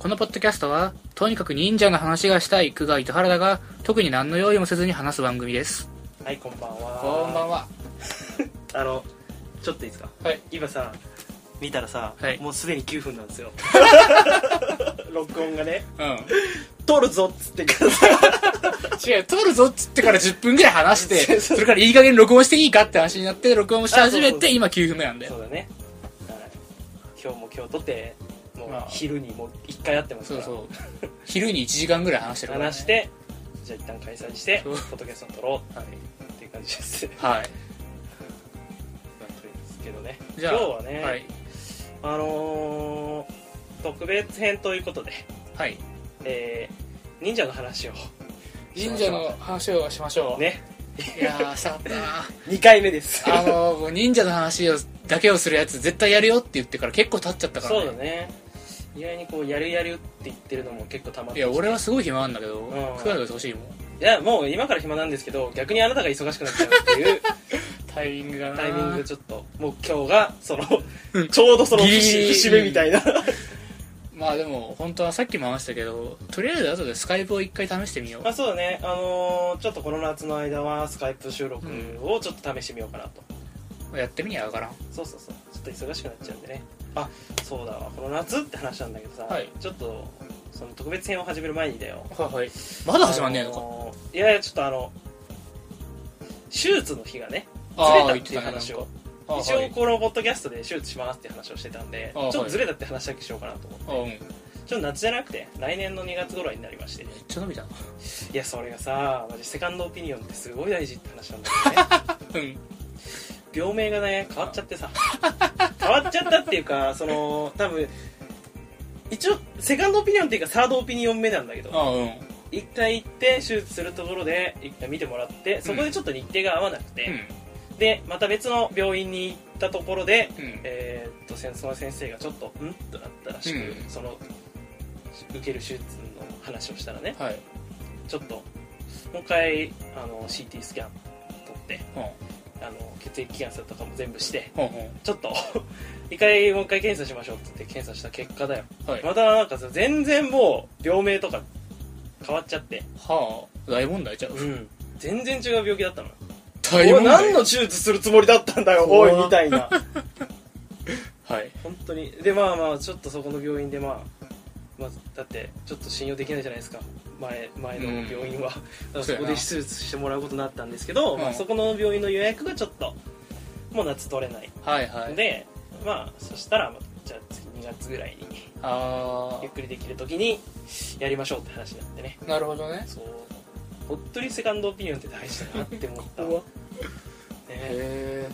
ポッドキャストは、とにかく忍者の話がしたい、久我糸原だが、特に何の用意もせずに話す番組です。はいこんばんはこんばんは。あのちょっといいですかはい。今さ見たらさ、はいもうすでに9分なんです よ録音がねうん。撮るぞっつってからさ 違う、撮るぞっつってから10分ぐらい話し そて、うそそうれからいい加減録音していいかって話になって、録音し始あめそうそうて、今9分目なんだそよ。うだね、はい、今日も今日撮ってもうまあ昼にもう1回やってますそかうらそう。昼に1時間ぐらい話してるから、ね。話し。てじゃあ一旦解散してそうポッドキャストを撮ろはうっていう感じですい。はい。なんといいですけどねじゃあ今日はね、はい。あのー特別編ということで、はい。えー忍者の話を神社の話をしましょう。。ねいやー、さったな2回目ですあのー、もう忍者の話をだけをするやつ絶対やるよって言ってから結構経っちゃったから、ね、そうだね意外にこうやるやるって言ってるのも結構たまっていきてや俺はすごい暇なんだけどんクワが欲しいもんいやもう今から暇なんですけど逆にあなたが忙しくなっちゃうって いうタイミングがなタイミングちょっともう今日がそのうんちょうどそのギリギリ節節目みたいなまあでも本当はさっきも話したけどとりあえず後でスカイプを一回試してみようまあそうだねあのーちょっとこの夏の間はスカイプ収録をちょっと試してみようかなと、やってみには分からんそうそうそうちょっと忙しくなっちゃうんでねあそうだわこの夏って話なんだけどさ、はいちょっとその特別編を始める前にだよはいはいまだ始まんねえのかのーいやいやちょっとあの手術の日がねずあれあた言っってていうたねなん話かをああ一は応いこのポッドキャストで手術しますって話をしてたんでちあはょいっとずれたって話だけしようかなと思ってあうんめっちょっと夏じゃなくて来年の2月頃になりましていちゃ伸びたなやそれがさマジセカンドオピニオンってすごい大事って話なんだよ ねうん病名がね変わっちゃってさ変わっちゃったっていうかその多分一応セカンドオピニオンっていうかサードオピニオン目なんだけどああうんうん一回行って手術するところで一回見てもらってそこでちょっと日程が合わなくて、でまた別の病院に行ったところで、うんえーっと先その先生がちょっと「ん?」となったらしく、うんその受ける手術の話をしたらねはいちょっともう一回あの CT スキャン取ってほんあの血液検査とかも全部してほんほんちょっと 一回もう一回検査しましょうって言って検査した結果だよはいまたなんかさ全然もう病名とか変わっちゃってはあ大問題ちゃううん全然違う病気だったの大俺問題何の手術するつもりだったんだよおい怖っみたいなはい本当にでまあまあちょっとそこの病院でまあまあ、だってちょっと信用できないじゃないですか前前の病院は、だからそうそやこなで手術してもらうことになったんですけど、うんまあ、そこの病院の予約がちょっともう夏取れないはいはいでまあそしたらまあじゃあ次2月ぐらいにあゆっくりできる時にやりましょうって話になってねあなるほどねそう本当にセカンドオピニオンって大事だなって思った、ね怖っへえ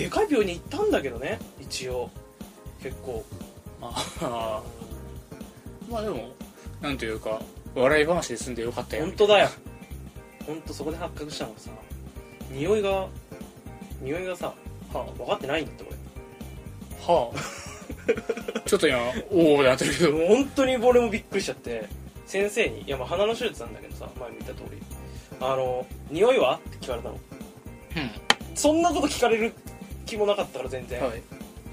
でかい病院に行ったんだけどね一応結構ああまあでもなんというか笑い話で済んでよかったよ本当だよ本当そこで発覚したのがさ匂いが匂いがさ、は分かってないんだっては あちょっと今おおってなってるけ俺どもう本当に俺もびっくりしちゃって先生に「いやまあ鼻の手術なんだけどさ前も言った通りあの匂いは?」って聞かれたのそんなこと聞かれる気もなかったから全然、はい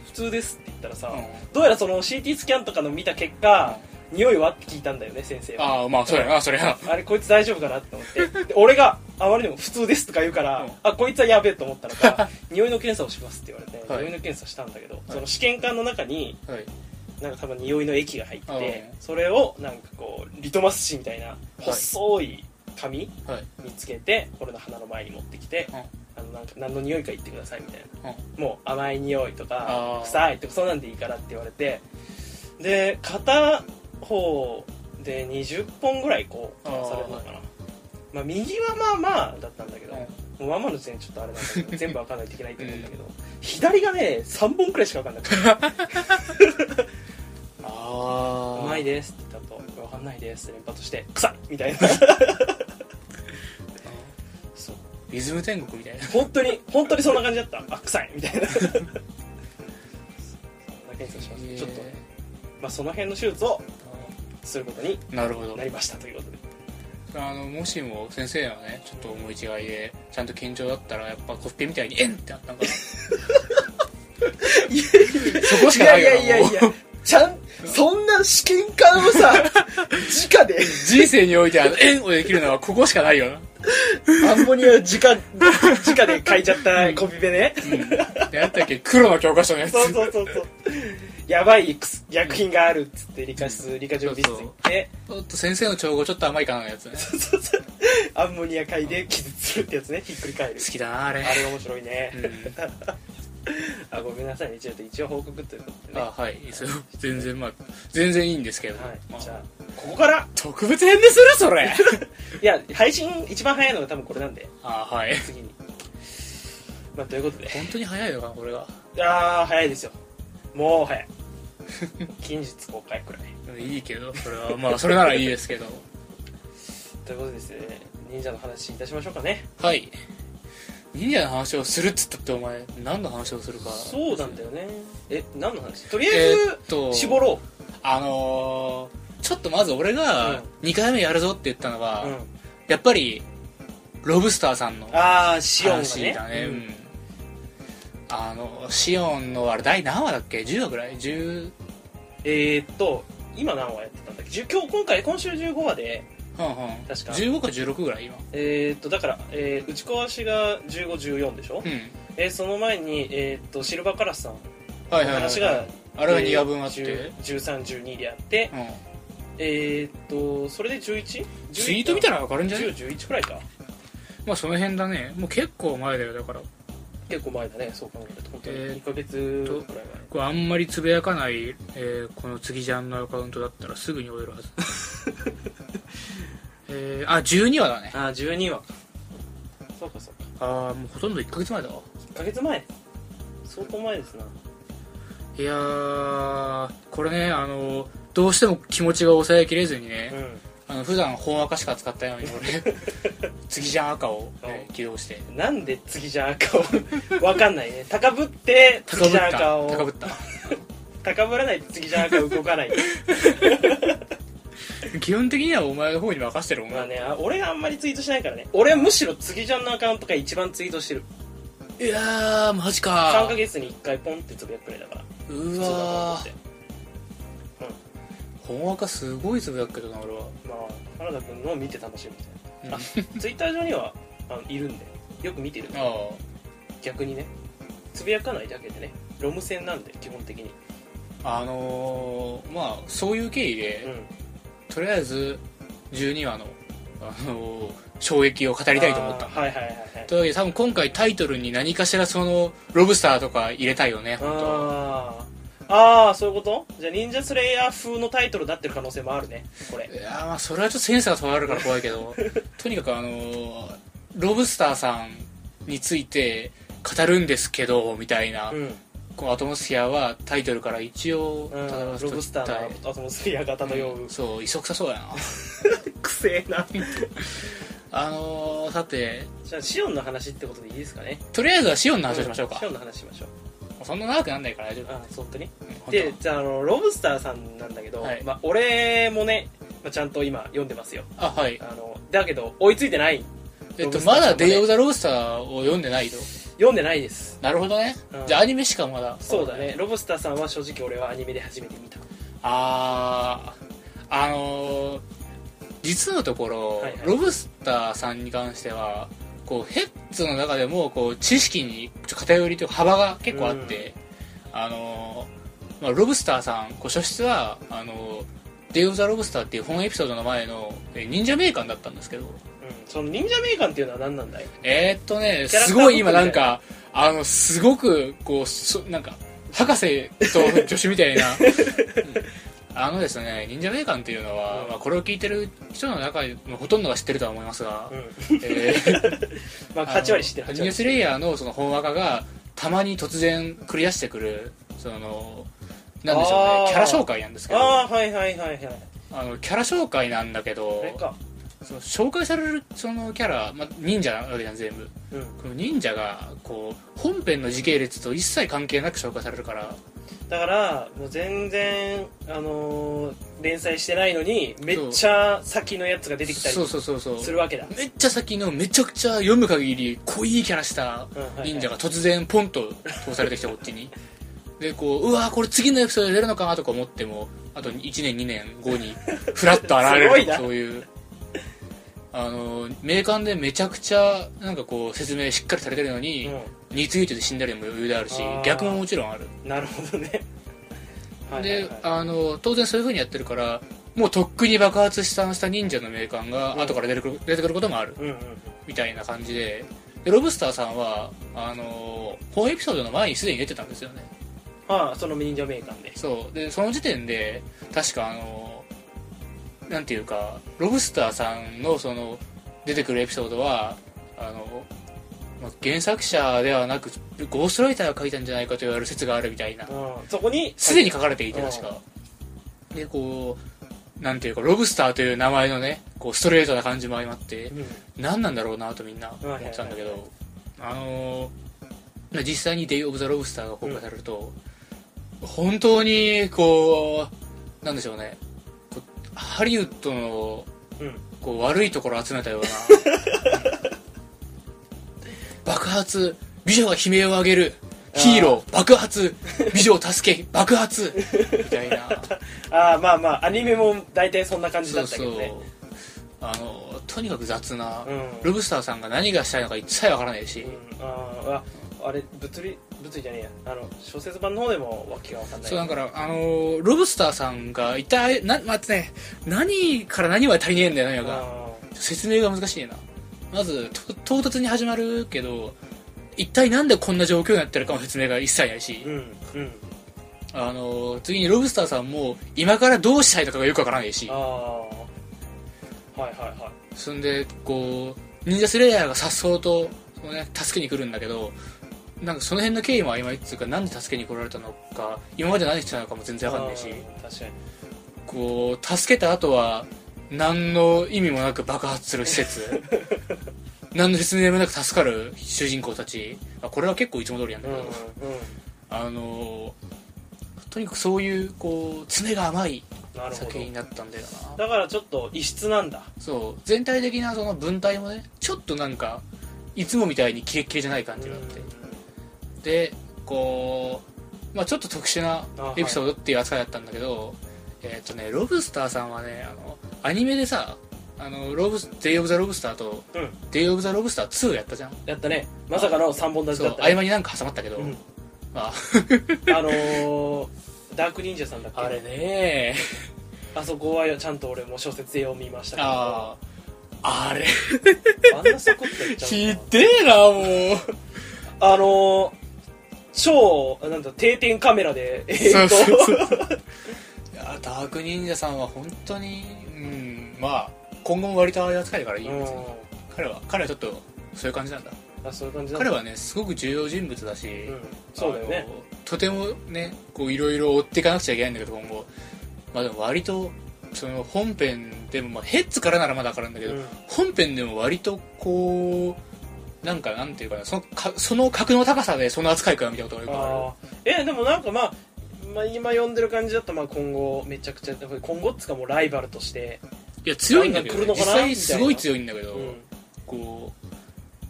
普通ですって言ったらさ、うんどうやらその CT スキャンとかの見た結果、匂いはって聞いたんだよね先生はああまあそうやなそりゃあれこいつ大丈夫かなと思ってで俺があまりにも普通ですとか言うから、うんあこいつはやべえと思ったの か匂いの検査をしますって言われて、はい匂いの検査したんだけど、その試験管の中にはいなんか多分匂いの液が入っててうそれをなんかこうリトマス紙みたいな細い紙にはいつけて俺の鼻の前に持ってきて、うんあのなんか何の匂いか言ってくださいみたいなうんもう甘い匂いとあかー臭いとかそんなんでいいからって言われてで片方で20本ぐらいこうあーされるのかなまあ右はまあまあだったんだけど、もうまあまあの時点でちょっとあれなんだけ ど全部わかんないといけないって思うんだけど、左がね3本くらいしかわかんなくてあ「あうまいです」って言ったと「わかんないです」って連発して「臭い!」みたいなそうリズム天国みたいな本当に本当にそんな感じだったあ臭いみた いなそんな検査しましたちょっとねまあ、その辺の手術をすることになるほどなりましたということであのもしも先生はねちょっと思い違いでちゃんと緊張だったらやっぱコッペみたいに「えん!」ってなったんかなそこしかないよなもうちゃんそんな試験管をさ直で人生においてあの円をできるのはここしかないよな、アンモニアを直直で書いちゃったコピペねうん、やったっけ黒の教科書のやつそうそうそうそうやばい薬薬品があるっつって理科室理科常備室行ってちょっと先生の調合ちょっと甘いかなのやつねそうそうアンモニア嗅いで気絶するってやつねひっくり返る好きだなあれあれ面白いねうんあごめんなさいねちょっと一応報告ということでねあはいいいですよ全然まあ全然いいんですけど、はまい、じゃあ、あここから特別編でするそれいや配信一番早いのが多分これなんであはい次にまあということで本当に早いのかなこれがいやー早いですよもう 早い近日公開くらいいいけどそれはまあそれならいいですけどということでですね忍者の話いたしましょうかねはい忍者の話をするっつったってお前何の話をするかそうなんだよねえ何の話とりあええず、ーっと絞ろあのーちょっとまず俺うがん2回目やるぞって言ったのは、う、うん、やっぱりロブスターさんのああシオンが話ねだねうんあのシオンのあれ第何話だっけ10話ぐらい10えー、っと今何話やってたんだっけ10今日今回今週15話でうんうん、確か15か16ぐらい今えー、っとだから、えー打ち壊しが1514でしょ、うんえーその前に、えーっとシルバーカラスさんはの話が、あれは2話分あって、 1312でやってうん、えー、っとそれで 11? ツイート見たらら分かるんじゃない1011くらいかまあその辺だねもう結構前だよだから結構前だねそう考えると本当にえー1ヶ月とくらい前これあんまりつぶやかない、えーこの次ジャンのアカウントだったらすぐに終える はずえー、あ12話だねああ12話かそうかそうかああもうほとんど1ヶ月前だわ1ヶ月前相当前ですないやーこれねあのどうしても気持ちが抑えきれずにね、うあの普段本赤しか使ったよう に俺次ジャン赤を、ね起動してんなんで次じゃん赤を わかんないね高ぶって高次ぶじゃっんた赤を高ぶった高ぶらないと次じゃん赤動 かない基本的にはお前の方に任せてるお前、まあねあ俺があんまりツイートしないからね俺はむしろ次じゃんのアカウントが一番ツイートしてるいやーマジ3かヶ月に1回ポンってつぶやくくらいだからう普通だと思わってー本赤すごいつぶやくけどな俺はまあ原田君のを見て楽しむみたいな、うあツイッター上にはあのいるんでよく見てるんであ逆にねつぶやかないだけでねロム線なんで基本的にああのー、まあそういう経緯で、うんとりあえず12話の、あのー衝撃を語りたいと思ったあーはいはいはいはいというわけで多分今回タイトルに何かしらそのロブスターとか入れたいよね本当はあーあーそういうことじゃあ忍者スレイヤー風のタイトルになってる可能性もあるねこれいやーまあそれはちょっとセンスが問われるから怖いけ どとにかくあのーロブスターさんについて語るんですけどみたいな、うん、こうアトモスフィアはタイトルから一応うん、漂わせロブスタときーのアトモスフィアがたい漂う、そう磯臭そうやなくせえなあのー、さてじゃあシオンの話ってことでいいですかねとりあえずはシオンの話をしましょうかんシ、オンの話しましょうそんな長くなんないから大丈夫ああそう本当に本当でじゃああのロブスターさんなんだけど、はいまあ、俺もね、まあ、ちゃんと今読んでますよあはいあのだけど追いついてないえっロブとスターまさんだ「ねデイ・オブ・ザ・ロブスター」を読んでないと読んでないですなるほどね、うんじゃあアニメしかまだそうだねロブスターさんは正直俺はアニメで初めて見たあーあのー実のところ、はいはいロブスターさんに関してはこうヘッズの中でもこう知識にちょっと偏りというか幅が結構あって、あのーまあ、ロブスターさんこう初出はあのーデイ・オブ・ザ・ロブスターっていう本エピソードの前のえー忍者名鑑だったんですけどうんその忍者名鑑っていうのは何なんだいえー、っとねキャラクタすーごい今ごとなみんたいかあのすごくこうそなんか博士と助手みたい なあのですね忍者名鑑っていうのは、うんまあ、これを聞いてる人の中のほとんどが知ってるとは思いますが、うん えーまあ8割知ってるあのニュー8割スレイヤーのその本若がたまに突然繰り出してくるそのなんでしょうねあーキャラ紹介なんですけどあああはいはいはいはいのキャラ紹介なんだけこどれかその紹介されるそのキャラ、まあ、忍者なわけじゃん全部うんこの忍者がこう本編の時系列と一切関係なく紹介されるからだからもう全然あのー連載してないのにめっちゃ先のやつが出てきたりそうそうそうそうするわけだめっちゃ先のめちゃくちゃ読む限り濃いキャラしたうんはいはい忍者が突然 ポンと通されてきたこっちにでこううわーこれ次のエピソードで出るのかなとか思ってもあと1年2年後にフラッと現れるとかそういうあの名鑑でめちゃくちゃなんかこう説明しっかりされてるのに、についてて死んだりも余裕であるしあー逆ももちろんあるなるほどね はいはいではいあの当然そういう風にやってるからもうとっくに爆発したした忍者の名鑑がうん後から出てくる出てくることもあるうんうんみたいな感じででロブスターさんはあの本エピソードの前にすでに出てたんですよねああその忍者メーカーでそうでその時点で確かあのなんていうかロブスターさんのその出てくるエピソードはあの、まあ原作者ではなくゴーストライターが書いたんじゃないかと言われる説があるみたいなうんそこにすでに書かれていて確かでこうなんていうかロブスターという名前のねこうストレートな感じも相まってうん何なんだろうなとみんな思ってたんだけはいどあのー実際に「デイ・オブ・ザ・ロブスター」が公開されると、本当にこうなんでしょうねこうハリウッドのうんこう悪いところを集めた ような爆発美女が悲鳴を上げるヒーロー爆発美女を助け爆発みたいなああまあまあアニメも大体そんな感じそだうったけそうどねあのとにかく雑な、うんロブスターさんが何がしたいのか一切わからないし、うんあーああれ物理物理じゃねえやあの小説版の方でもわけがわかんないそうだから、あのーロブスターさんが一体な待ってね何から何まで足りねえんだよねなんかあ説明が難しいなまずと唐突に始まるけど一体なんでこんな状況になってるかの説明が一切ないしー、うんうんあのー次にロブスターさんも今からどうしたいとかがよくわからないしああはいはいはいそんでこう忍者スレイヤーが颯爽と、そのね、助けに来るんだけどなんかその辺の経緯も曖昧っていうかなんで助けに来られたのか今まで何してたのかも全然わかんないしあー確かにこう助けた後は何の意味もなく爆発する施 設何の説明もなく助かる主人公たちあこれは結構いつも通りやんだうんけうど、んあのとにかくそういうこう爪が甘いなるほ酒になどったんだよなだからちょっと異質なんだそう全体的なその文体もねちょっとなんかいつもみたいにキレッキレじゃない感じがあって、でこう、まあ、ちょっと特殊なエピソードっていう扱いだったんだけど、えーっ、とねロブスターさんはねあのアニメでさあのロブスデイ・オブ・ザ・ロブスターと、うんデイ・オブ・ザ・ロブスター2やったじゃんやったねまさかの三本立ちそうだった合ね間になんか挟まったけど、うんまあ、あのーダーク忍者さんだっけあれねあそこはちゃんと俺も小説で読みましたけどあああ れあんなサコってやっちゃうひのかでえなもうなあのー超なんだ定点カメラでえそーうっとそうそういやダーク忍者さんは本当にうんまあ今後も割とああいう扱いだからいいよ別にう彼は彼はちょっとそういう感じなんだんあそういう感じだ彼は、はねすごく重要人物だし、うん、そうだよねあのとてもねこういろいろ追っていかなくちゃいけないんだけど今後まあでも割とその本編でも、まあ、ヘッズからならまだ分かるんだけど、うん本編でも割とこうなんかなんていうかなそのかその格の高さでその扱いかみたいなことがよくあるあーえでもなんかまあまあ、今読んでる感じだとまあ今後めちゃくちゃやっぱり今後っつうかもうライバルとして、いや強いんだけど、ね、ガンガン来る実のかな際すごい強いんだけど、うんこ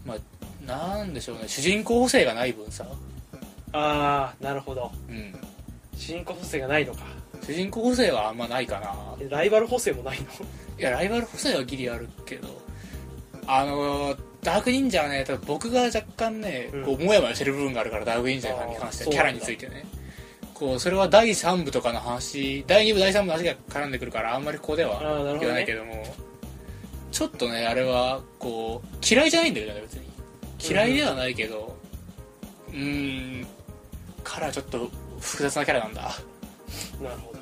うまあなんでしょうね主人公補正がない分さ、ああなるほどうん、主人公補正がないのか主人公補正はあんまないかなえライバル補正もないの いやライバル補正はギリあるけどあのーダーク忍者はね多分僕が若干ね、うんこうもやもやしてる部分があるからダーク忍者に関してあーはキャラについてねこうそれは第3部とかの話第2部第3部の話が絡んでくるからあんまりここであはあなるほ言ど、わないねけ、どもちょっとねあれはこう嫌いじゃないんだけどね別に嫌いではないけどうーんからちょっと複雑なキャラなんだなるほど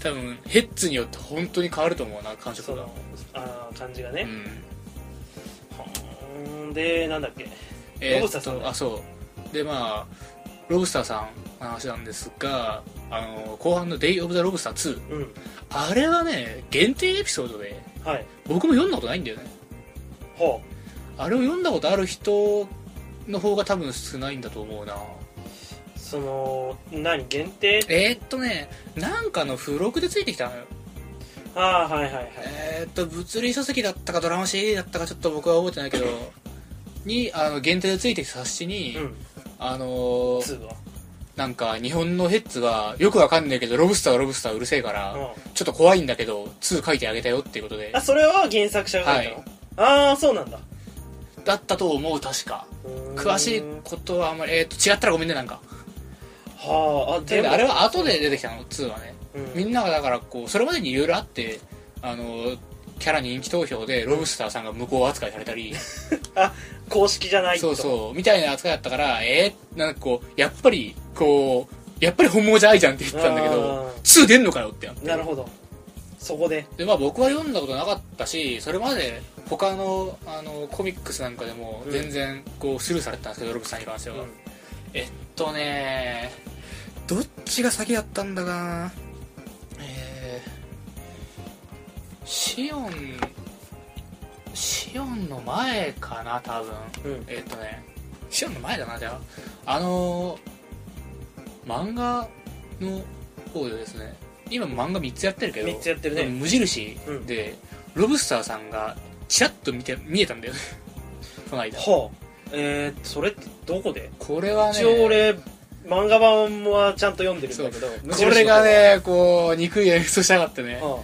多分ヘッズによって本当に変わると思うな感そ触がのあー感じがうね、んうーん、でなんだっけえロブスターさんっとあそうでまあロブスターさんの話なんですがあの後半の「デイ・オブ・ザ・ロブスター2うん」あれはね限定エピソードではい僕も読んだことないんだよねほあれを読んだことある人の方が多分少ないんだと思うなうその何限定えーっとねなんかの付録でついてきたのよああはいはいはいえーっと物理書籍だったかドラマ CD だったかちょっと僕は覚えてないけどにあの限定でついてきた冊子に、うんあのー2はなんか日本のヘッズがよくわかんないけどロブスターはロブスターうるせえから、うんちょっと怖いんだけど2書いてあげたよっていうことであそれは原作者が書いたの、はいああそうなんだだったと思う確か詳しいことはあんまり、えー、と違ったらごめんねなんかはああであれは後で出てきたの2はねうんみんながだからこうそれまでにいろいろあってあのキャラ人気投票でロブスターさんが無効扱いされたり、あ公式じゃないそうとそうみたいな扱いだったからえー、なんかこうやっぱりこうやっぱり本物じゃないじゃんって言ってたんだけどあー2出んのかよってなってなるほどそこででまあ僕は読んだことなかったしそれまで他のあのコミックスなんかでもうん全然こうスルーされてたんですけど、ロブスターに関しては、うんえっとねどっちが先だったんだかなえー、シオンシオンの前かな多分うんえっとねシオンの前だなじゃああのー漫画の方でですね今漫画3つやってるけど3つやってるねあの無印うんで、ロブスターさんがチラッと見て見えたんだよね この間はあえー、それってどこでこれはね一応俺漫画版はちゃんと読んでるんだけど無こ印のれがねこう憎い演出したかってねあ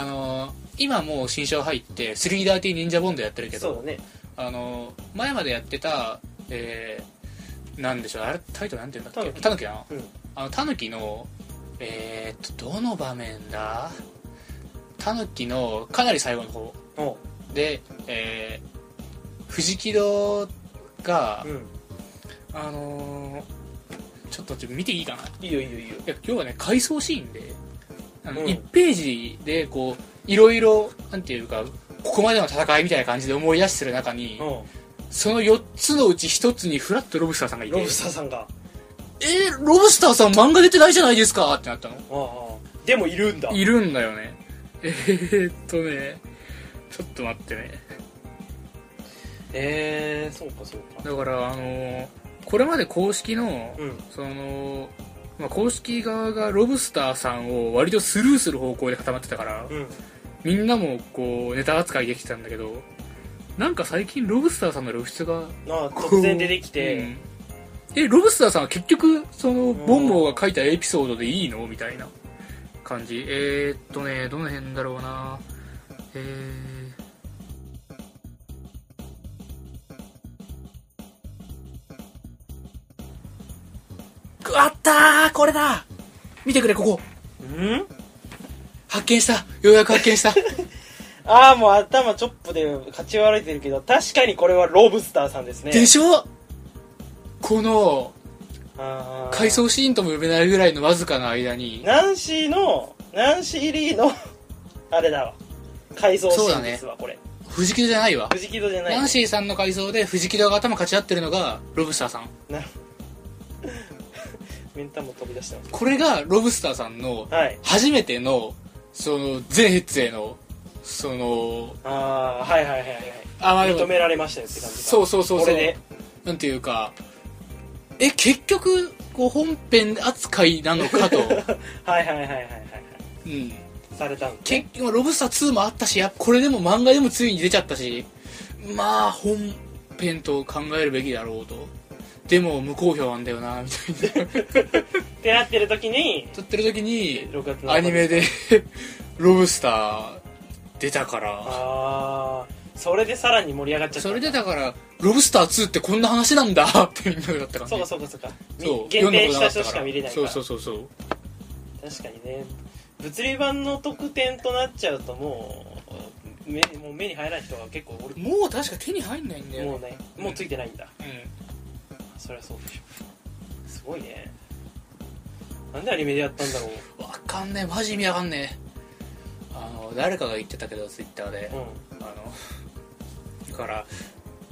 あの今もう新章入ってスリーダーティー忍者ボンドやってるあけそうどだねあの前までやってたえー、なんでしょうあれタイトルなんて言うんだっけタヌキだなうんあのタヌキのえー、っとどの場面だタヌキのかなり最後の方おうでえー、藤木戸が、うんあのーちょっとちょっと見ていいかないいよいいよいいよいや今日はね回想シーンであの、うん1ページでこういろいろなんていうかここまでの戦いみたいな感じで思い出してる中に、おうその4つのうち1つにフラッとロブスターさんがいてロブスターさんがえーロブスターさん漫画出てないじゃないですかってなったのああでもいるんだいるんだよねえー、っとねちょっと待ってねえー、そうかそうかだからあのーこれまで公式の、うんその、まあ、公式側がロブスターさんを割とスルーする方向で固まってたから、うんみんなもこうネタ扱いできてたんだけどなんか最近ロブスターさんの露出がああ突然出てきうてんえロブスターさんは結局そのボンボーが書いたエピソードでいいのみたいな感じえー、っとねどの辺だろうなえーくあったーこれだ見てくれここうん発見したようやく発見 したああもう頭チョップで勝ち割れてるけど確かにこれはロブスターさんですねでしょこのあー回想シーンとも呼べないぐらいのわずかな間にナンシーのナンシーリーの あれだわ改造シーンですわ、これ藤木戸じゃないわ藤木戸じゃない、ナンシーさんの改造で藤木戸が頭勝ち合ってるのがロブスターさんな 目ん玉飛び出してまこれがロブスターさんのすはい初めてのその全ヘッツへのそのああはいはいはいあまはあいで認もめられましたよって感じかそうそうそうそうこれでなんていうかえ結局こう本編扱いなのか と、はいはいはいはいはいはいうん、されたんで結局ロブスター2もあったしやっぱこれでも漫画でもついに出ちゃったしまあ本編と考えるべきだろうとでも無好評なんだよなみたいなってなってる時に撮ってる時に6月のアニメで ロブスター出たからああそれでさらに盛り上がっちゃったそれでだからロブスター2ってこんな話なんだ ってみんなだったから、ね、そうかそうかそうかみそう限読定んしだこたとなかっ人たしかから見れないかそうらそうそうそう確かにね物理版の特典となっちゃうともう目もう目に入らない人が結構おるもう確か手に入んないんだよねもうねもうついてないんだうんそりゃそうでしょすごいねなんでアニメでやったんだろうわかんねえマジ意味わかんねえあの誰かが言ってたけどツイッターで、うあのだから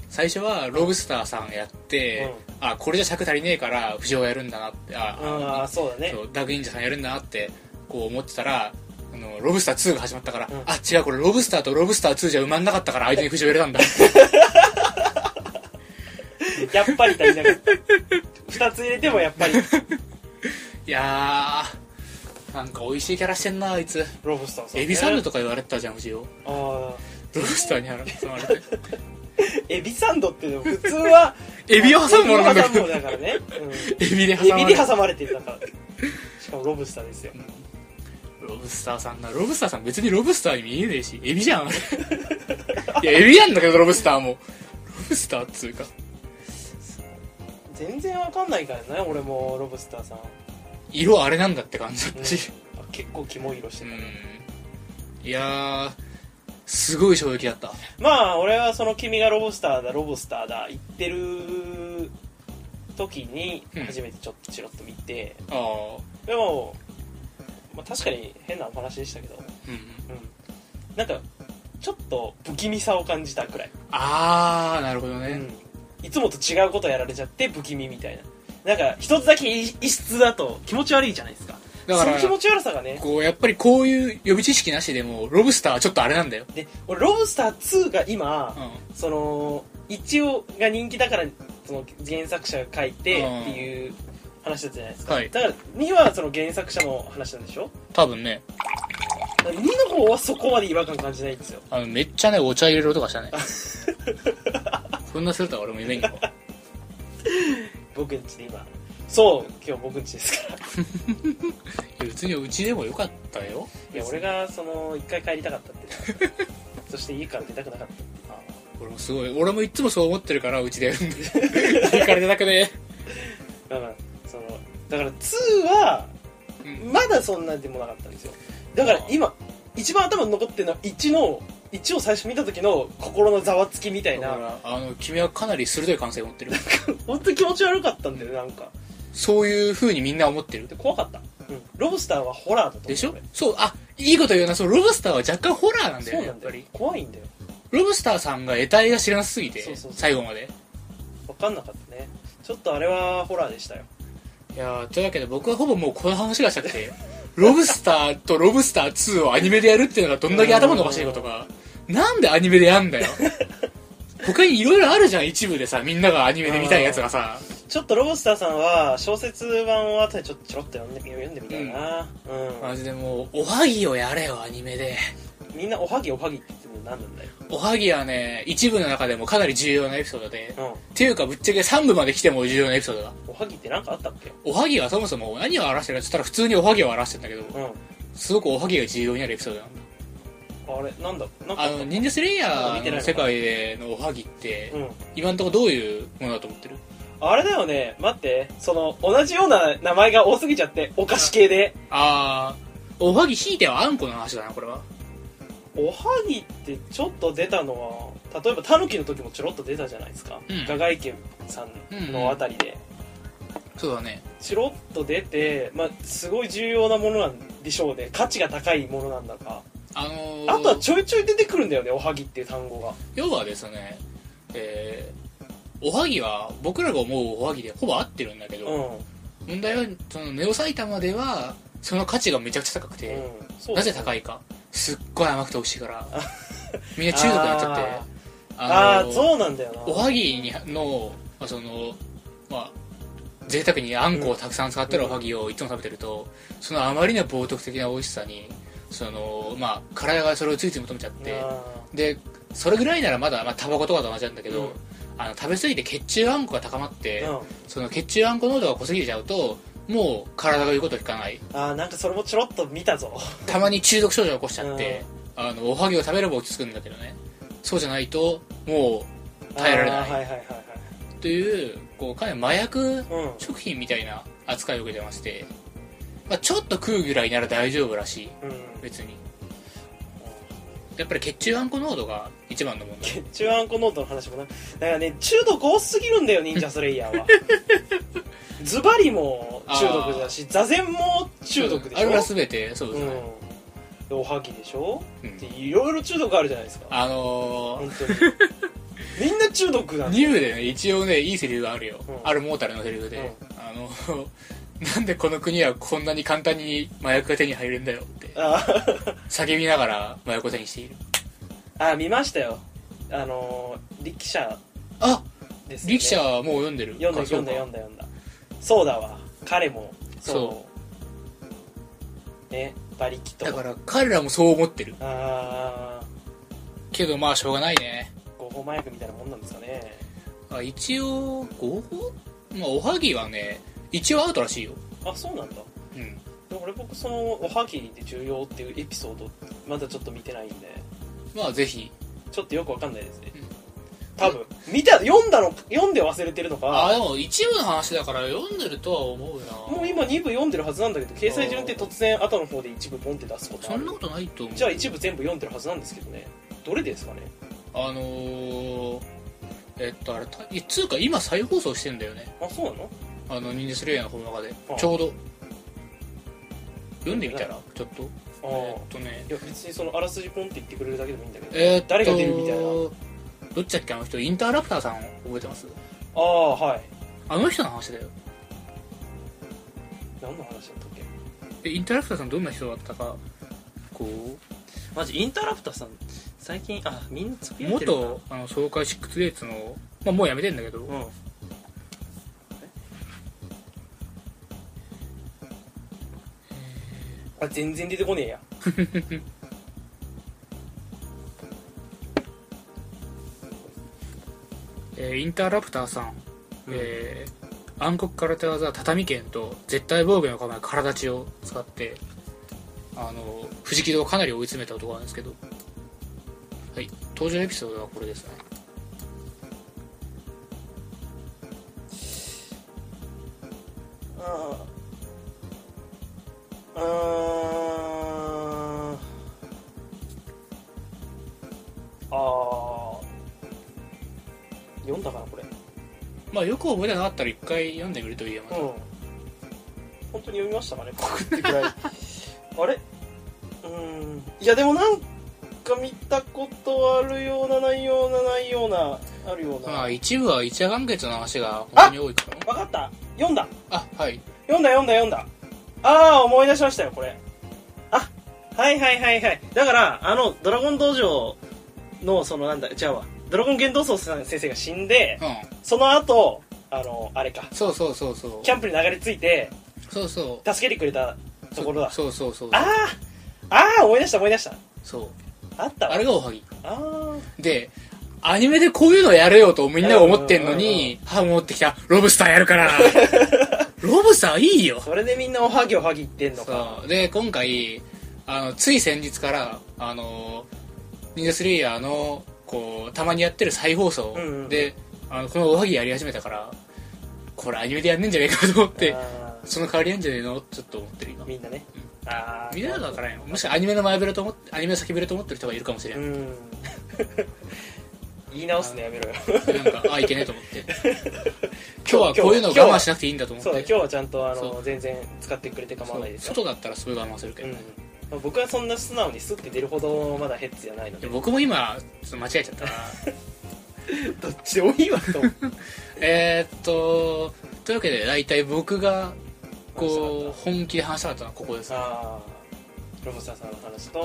最初はロブスターさんやって、あこれじゃ尺足りねえから藤尾がやるんだなってあんああそうだねそうダグ忍者さんやるんだなってこう思ってたらあのロブスター2が始まったから、うんあ違うこれロブスターとロブスター2じゃ埋まんなかったから相手に藤尾入れたんだ やっぱり足りなかった2つ入れてもやっぱりいやーなんか美味しいキャラしてんなあいつロブスターさんねエビサンドとか言われてたじゃん藤尾ロああ ブスターに挟まれてエビサンドってでも普通はエビを挟むものなんだエビけを挟むもどのだからね、エビでう挟ん、エまれビでる挟まれてるだからしかもロブスターですよロブスターさんなロブスターさん別にロブスターに見えねえしエビじゃん いやエビなんだけどロブスターもロブスターっつうか全然わかんないからね俺もロブスターさん、色あれなんだって感じだうんったし、あ結構キモい色してた、いやーすごい衝撃だったまあ俺はその君がロブスターだロブスターだ言ってる時にうん初めてちょっとチロッと見て、ああでも、まあ、確かに変なお話でしたけど、うんうん、なんかちょっと不気味さを感じたくらい、ああなるほどね、うん、いつもと違うことやられちゃって不気味みたいななんか一つだけ異異質だと気持ち悪いじゃないですかだかその気ら持ち悪さがねこうやっぱりこういう予備知識なしでもロブスターはちょっとあれなんだよ、で俺ロブスター2が今、うん、その一応が人気だからその原作者が書いてうんっていう話だったじゃないですか、はいだから2はその原作者の話なんでしょ多分ねだから2の方はそこまで違和感感じないんですよあのめっちゃねお茶入れる音がしたね そんなするとは俺も夢にも僕んちで今そう今日僕んちですから別にうちでもよかったよいや俺がその一回帰りたかったっていうのがあってそして家から出たくなかったっていうのが俺もすごい俺もいつもそう思ってるからう ちで行かれてなくねだからそのだから2はうんまだそんなでもなかったんですよだから今一番頭に残ってるのは1の1を最初見た時の心のざわつきみたいだかならあの君はかなり鋭い感性を持ってる本当に気持ち悪かったんだよなんかそういう風にみんな思ってるで怖かった、うん、ロブスターはホラーだと思うでしょ俺そうあいいこと言うなそうロブスターは若干ホラーなんだよそねうなやっんだぱより怖いんだよロブスターさんが得体が知らなすぎてそうそうそう最後まで分かんなかったねちょっとあれはホラーでしたよいやーというわけで僕はほぼもうこの話がしたく てロブスターとロブスター2をアニメでやるっていうのがどんだけ頭のおかしいことかなんでアニメでや んだよ他にいろいろあるじゃん一部でさみんながアニメで見たいやつがさちょっとロブスターさんは小説版を後でちょっとちょろっと読んで読んでみたいなうん、マジでもうおはぎをやれよアニメでみんなおはぎおはぎって言ってるの何なんだよおはぎはね一部の中でもかなり重要なエピソードでうんっていうかぶっちゃけ3部まで来ても重要なエピソードだおはぎって何かあったっけおはぎはそもそも何を表してるかって言ったら普通におはぎを表してんだけどうんすごくおはぎが重要になるエピソードなんだあれなんだなんかああったのっけ忍者スレイヤーの世界でのおはぎってうん今んとこどういうものだと思ってるあれだよね待ってその同じような名前が多すぎちゃってお菓子系であーおはぎひいてはあんこの話だなこれはおはぎってちょっと出たのは例えばタヌキの時もちょろっと出たじゃないですかうんガガイケさんのあたりで、そうだねちろっと出て、まあ、すごい重要なものなんでしょうね価値が高いものなんだかあのーあとはちょいちょい出てくるんだよねおはぎっていう単語が要はですねえーおはぎは僕らが思うおはぎでほぼ合ってるんだけうん、ど、うん、問題はそのネオ埼玉ではその価値がめちゃくちゃ高くて、そうなぜ高いかすっごい甘くて美味しいから みんな中毒になっちゃってあーあのーそうなんだよなおはぎにのまあそのまあ贅沢にあんこをたくさん使ってるおはぎをいつも食べてるとそのあまりの冒涜的な美味しさにそのまあ体がそれをついつい求めちゃってあでそれぐらいならまだまあタバコとかと同じなんだけど、うんあの食べ過ぎて血中あんこが高まって、ーうんその血中あんこ濃度が濃すぎちゃうともう体が言うことを聞かないあーなんかそれもちょろっと見たぞたまに中毒症状を起こしちゃって、あのおはぎを食べれば落ち着くんだけどねそうじゃないともう 耐えられあーはないいはいはいいというこうかなり麻薬はいうん食品みたいな扱いを受けてまして、まあ、ちょっと食うぐらいなら大丈夫らしいうん別にやっぱり血中あんこ濃度が一番の問題血中あんこノートの話もなだからね中毒多すぎるんだよ忍者スレイヤーは ズバリも中毒だし座禅も中毒でしあょれは全てそうですうんね、でおはぎでしょうんでいろいろ中毒あるじゃないですかあの本当にみんな中毒なー、んだよ2部でね一応ねいいセリフがあるよ、うんあるモータルのセリフで、うんあの なんでこの国はこんなに簡単に麻薬が手に入るんだよってあー叫びながら麻薬を手にしているあー見ましたよあのー力者あですよね力者はもう読んでる読んだ読んだあそうか読んだ読んだそうだわ彼もそね馬力とだから彼らもそう思ってるああけどまあしょうがないねご法麻薬みたいなもんなんですかねあ一応合法、まあ、おはぎはね一応アウトらしいよ、あそうなんだうん、でも俺僕そのおはぎで重要っていうエピソードまだちょっと見てないんでまあぜひちょっとよくわかんないですねうん多分見た読んだの読んで忘れてるのあかでも一部の話だから読んでるとは思うなもう今2部読んでるはずなんだけど掲載順って突然後の方で一部ポンって出すことあそんるなことないと思うじゃあ一部全部読んでるはずなんですけどねどれですかねあのー、えっとあれたいつうか今再放送してんだよねあそうなのあの忍者スレイヤーのこの中でああちょうど読んでみたらちょっとあえっあとねいや別にそのあらすじポンって言ってくれるだけでもいいんだけど、えーっと誰が出るみたいなどっちだっけあの人インターラプターさん覚えてますああはいあの人の話だよ何の話だったっけでインターラプターさんどんな人だったかこうマジインタラプターさん最近あみんなつぶやいてるな元あの爽快シックスレイツの、まあ、もうやめてんだけど、うんあ全然出てこねえやえーインターラプターさん、えー暗黒空手技畳剣と絶対防御の構え体立ちを使ってあの藤木戸をかなり追い詰めた男なんですけど、はい、登場エピソードはこれですねあああーあー読んだかなこれうんまあよく覚えてなかったら一回読んでみるといいよまた、本当に読みましたかね僕ってくらい あれうんいやでもなんか見たことあるようなないようなないようなあるようなまあわ一部は一夜完結の話が本当に多いからかった読んだあはい読んだ読んだ読んだああ思い出しましたよこれあはいはいはいはいだからあの「ドラゴン道場」のそのなんだ違うわドラゴン幻道宗さん先生が死んでうんその後あのあれかそうそうそうそうキャンプに流れ着いてそうそ助けてくれたうところだそうそうそうああああ思い出した思い出したそうあったわあれがおはぎあーで、アニメでこういうのやれよとみんなが思ってんのに、歯持ってきた、ロブスターやる から。ロブスターいいよ。それでみんなおはぎおはぎ言ってんのかそう。で、今回、あの、つい先日から、あの、ニンジャスレイヤーの、こう、たまにやってる再放送うんうんで、あの、このおはぎやり始めたから、これアニメでやんねえんじゃねえかと思って、あーその代わりなんじゃねえのちょっと思ってる今。みんなねああ見れなかったらんよ。もしかしたらアニメの前触れと思って、アニメの先触れと思ってる人がいるかもしれ。うんん 言い直すのやめろよなんか、あ、いけねえと思って。今日はこういうのを我慢しなくていいんだと思ってそうだ今日はちゃんとあその全然使ってくれて構わないですよ、外だったらすごい我慢するけうどんね、まあ僕はそんな素直にスッて出るほどまだヘッズじゃないのでで僕も今ちょっと間違えちゃったな どっちでもいいわと思ってえーっとというわけで大体僕がこ話う本気で話したかったのはここですはさあロブスターさんの話と、い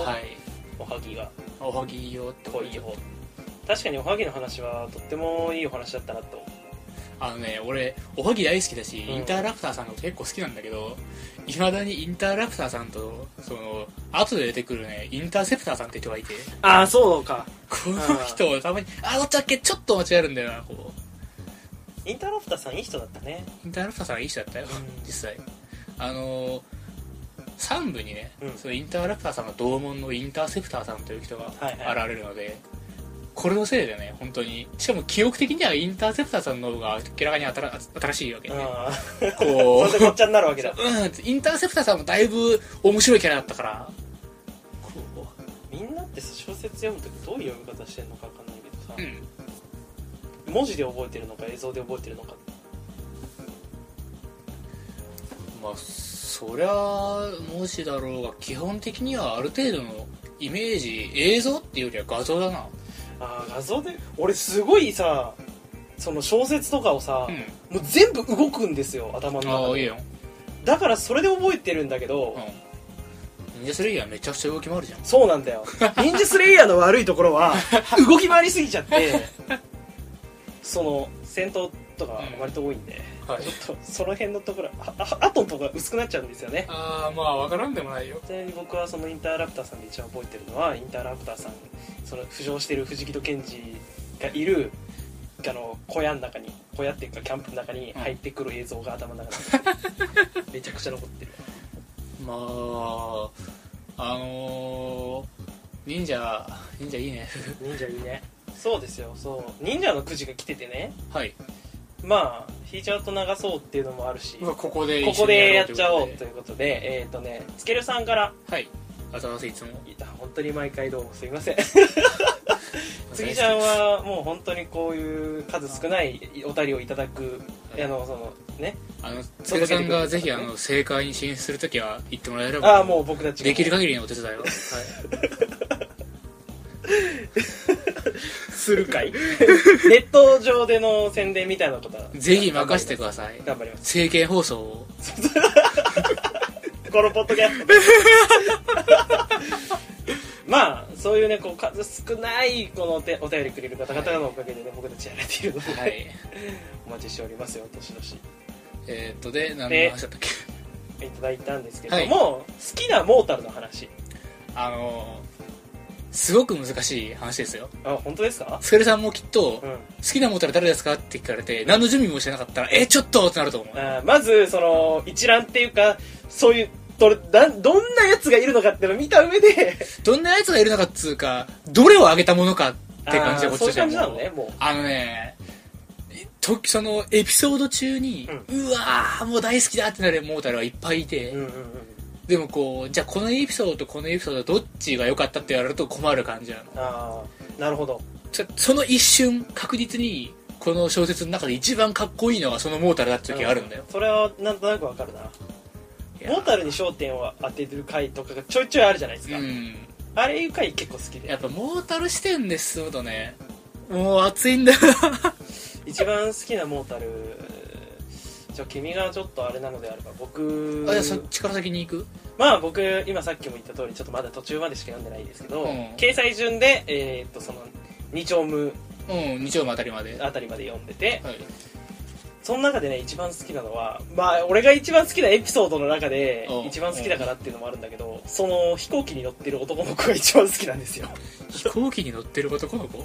おはぎがおはぎよって濃い方確かにおはぎの話はとってもいいお話だったなとあのね俺おはぎ大好きだし、んインターラプターさんのこと結構好きなんだけどいまだにインターラプターさんとその後で出てくるねインターセプターさんって人がいてああそうかこの人をたまにあどっちだっけちょっと間違えるんだよなこうインターラプターさんいい人だったねインターラプターさんいい人だったよ、うん実際あのー、3部にね、うんそのインターラプターさんの同門のインターセプターさんという人がはいはい現れるので、これのせいでね本当にしかも記憶的にはインターセプターさんの方が明らかに新新しいわけで、ね、ああこ それでごっうちゃになるわけだうんインターセプターさんもだいぶ面白いキャラだったからこみんなってさ小説読む時どういう読み方してるのか分かんないけどさ、ううん文字で覚えてるのか映像で覚えてるのかまあそりゃ文字だろうが基本的にはある程度のイメージ映像っていうよりは画像だなああ画像で俺すごいさその小説とかをさ、うんもう全部動くんですよ頭のあ中あいいでよだからそれで覚えてるんだけうど、ん。忍者スレイヤーめちゃくちゃ動き回るじゃん。そうなん だよ忍者スレイヤーの悪いところは動き回りすぎち ゃってその戦闘とか割と多いんで、はい。ちょっとその辺のところああ後のところが薄くなっちゃうんですよねああ、まあわからんでもないよ。ちなみに僕はそのインターラプターさんで一番覚えてるのはインターラプターさんその浮上してる藤木戸賢治がいるあの小屋の中に小屋っていうかキャンプの中に入ってくる映像が頭の中に めちゃくちゃ残ってるまああのー、忍者忍者いいね 忍者いいねそうですよそう忍者のくじが来ててねはいまあ引いちゃうと流そうっていうのもあるしまあこここで一緒にこでやっちゃおうということということでえっ、とねつけるさんからではいあざますいつもいや本当に毎回どうもすいませんつぎちゃんはもう本当にこういう数少ないお便りをいただくあはいのそのねあのつけさんがぜひあの正解に進出するときは言ってもらえればああもう僕たちができる限りのお手伝いを、はい、するかい ネット上での宣伝みたいなことはぜひ任せてください頑張ります政見放送をこのポッドキャスト でまあそういうねこう数少ないこのお手お便りくれる方々のおかげでね、僕たちやれているので、はいお待ちしておりますよどしどしえーっとで何での話だったっけいただいたんですけども、好きなモータルの話あのすごく難しい話ですよあ本当ですかスケルさんもきっと、うん好きなモータル誰ですかって聞かれて何の準備もしてなかったらえちょっとってなると思うあーまずその一覧っていうかそういうどれなんどんなやつがいるのかっていうのを見た上でどんなやつがいるのかっつうかどれをあげたものかって感じであーこっちそうというしては感じなのねもうあのねとそのエピソード中に、うわーもう大好きだってなるモータルはいっぱいいて、うんうんうんでもこうじゃあこのエピソードとこのエピソードどっちが良かったって言われると困る感じなのああなるほどそその一瞬確実にこの小説の中で一番かっこいいのがそのモータルだった時があるんだよう、それはなんとなくわかるないやモータルに焦点を当ててる回とかがちょいちょいあるじゃないですか、うんあれいう回結構好きやでっぱモータル視点で進むとねもう熱いんだよな一番好きなモータルじゃあ君がちょっとあれなのであれば僕あじゃあそっちから先に行くまあ僕今さっきも言った通りちょっとまだ途中までしか読んでないですけど、うん掲載順でえーっとその2丁目うん日曜のあたりまで、はあたりまで読んでてい、その中でね一番好きなのはまあ俺が一番好きなエピソードの中でうん一番好きだからっていうのもあるんだけどその飛行機に乗ってる男の子が一番好きなんですよ 飛行機に乗ってる男の子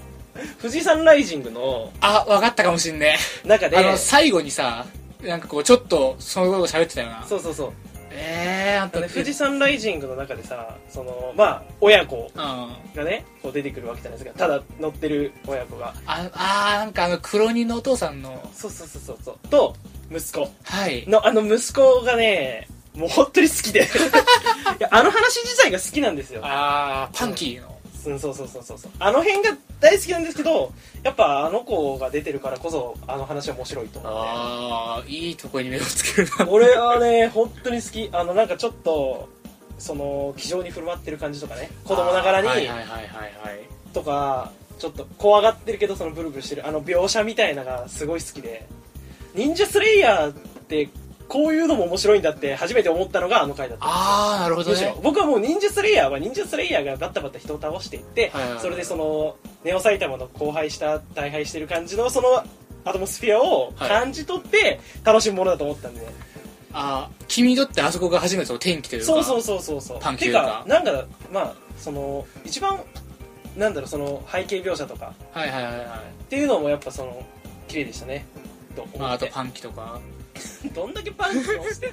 富士山ライジングのあ分かったかもしんね中であの最後にさなんかこうちょっとそのこと喋ってたよなそうそうそうええー、あんあのたね富士山ライジングの中でさそのまあ親子うんあがねこう出てくるわけじゃないですかただ乗ってる親子があーなんかあの黒人のお父さんのそうそうそうそうそうと息子はいのあの息子がねもう本当に好きで いやあの話自体が好きなんですよああパンキーのうんそうそうそうそうそうあの辺が大好きなんですけどやっぱあの子が出てるからこそあの話は面白いと思ってああいいとこに目をつける な俺はね本当に好きあのなんかちょっとその気丈に振る舞ってる感じとかね子供ながらに、あーはいはいはいはいはいとかちょっと怖がってるけどそのブルブルしてるあの描写みたいなのがすごい好きで忍者スレイヤーってこういうのも面白いんだって初めて思ったのがあの回だったああなるほどむしろね僕はもう忍者スレイヤーは忍者スレイヤーがバッタバッタ人を倒していって、はいはいはいそれでそのネオ埼玉の荒廃した大敗してる感じのそのアトモスフィアを感じ取って楽しむものだと思ったんで、あー君にとってあそこが初めての転機というかそうそうそうそうそう探求てがかなんかまあその一番なんだろうその背景描写とかはいはいはいはっていうのもやっぱその綺麗でしたねと思ってい、まあ、あとパンキーとかどんだけパンチをしてる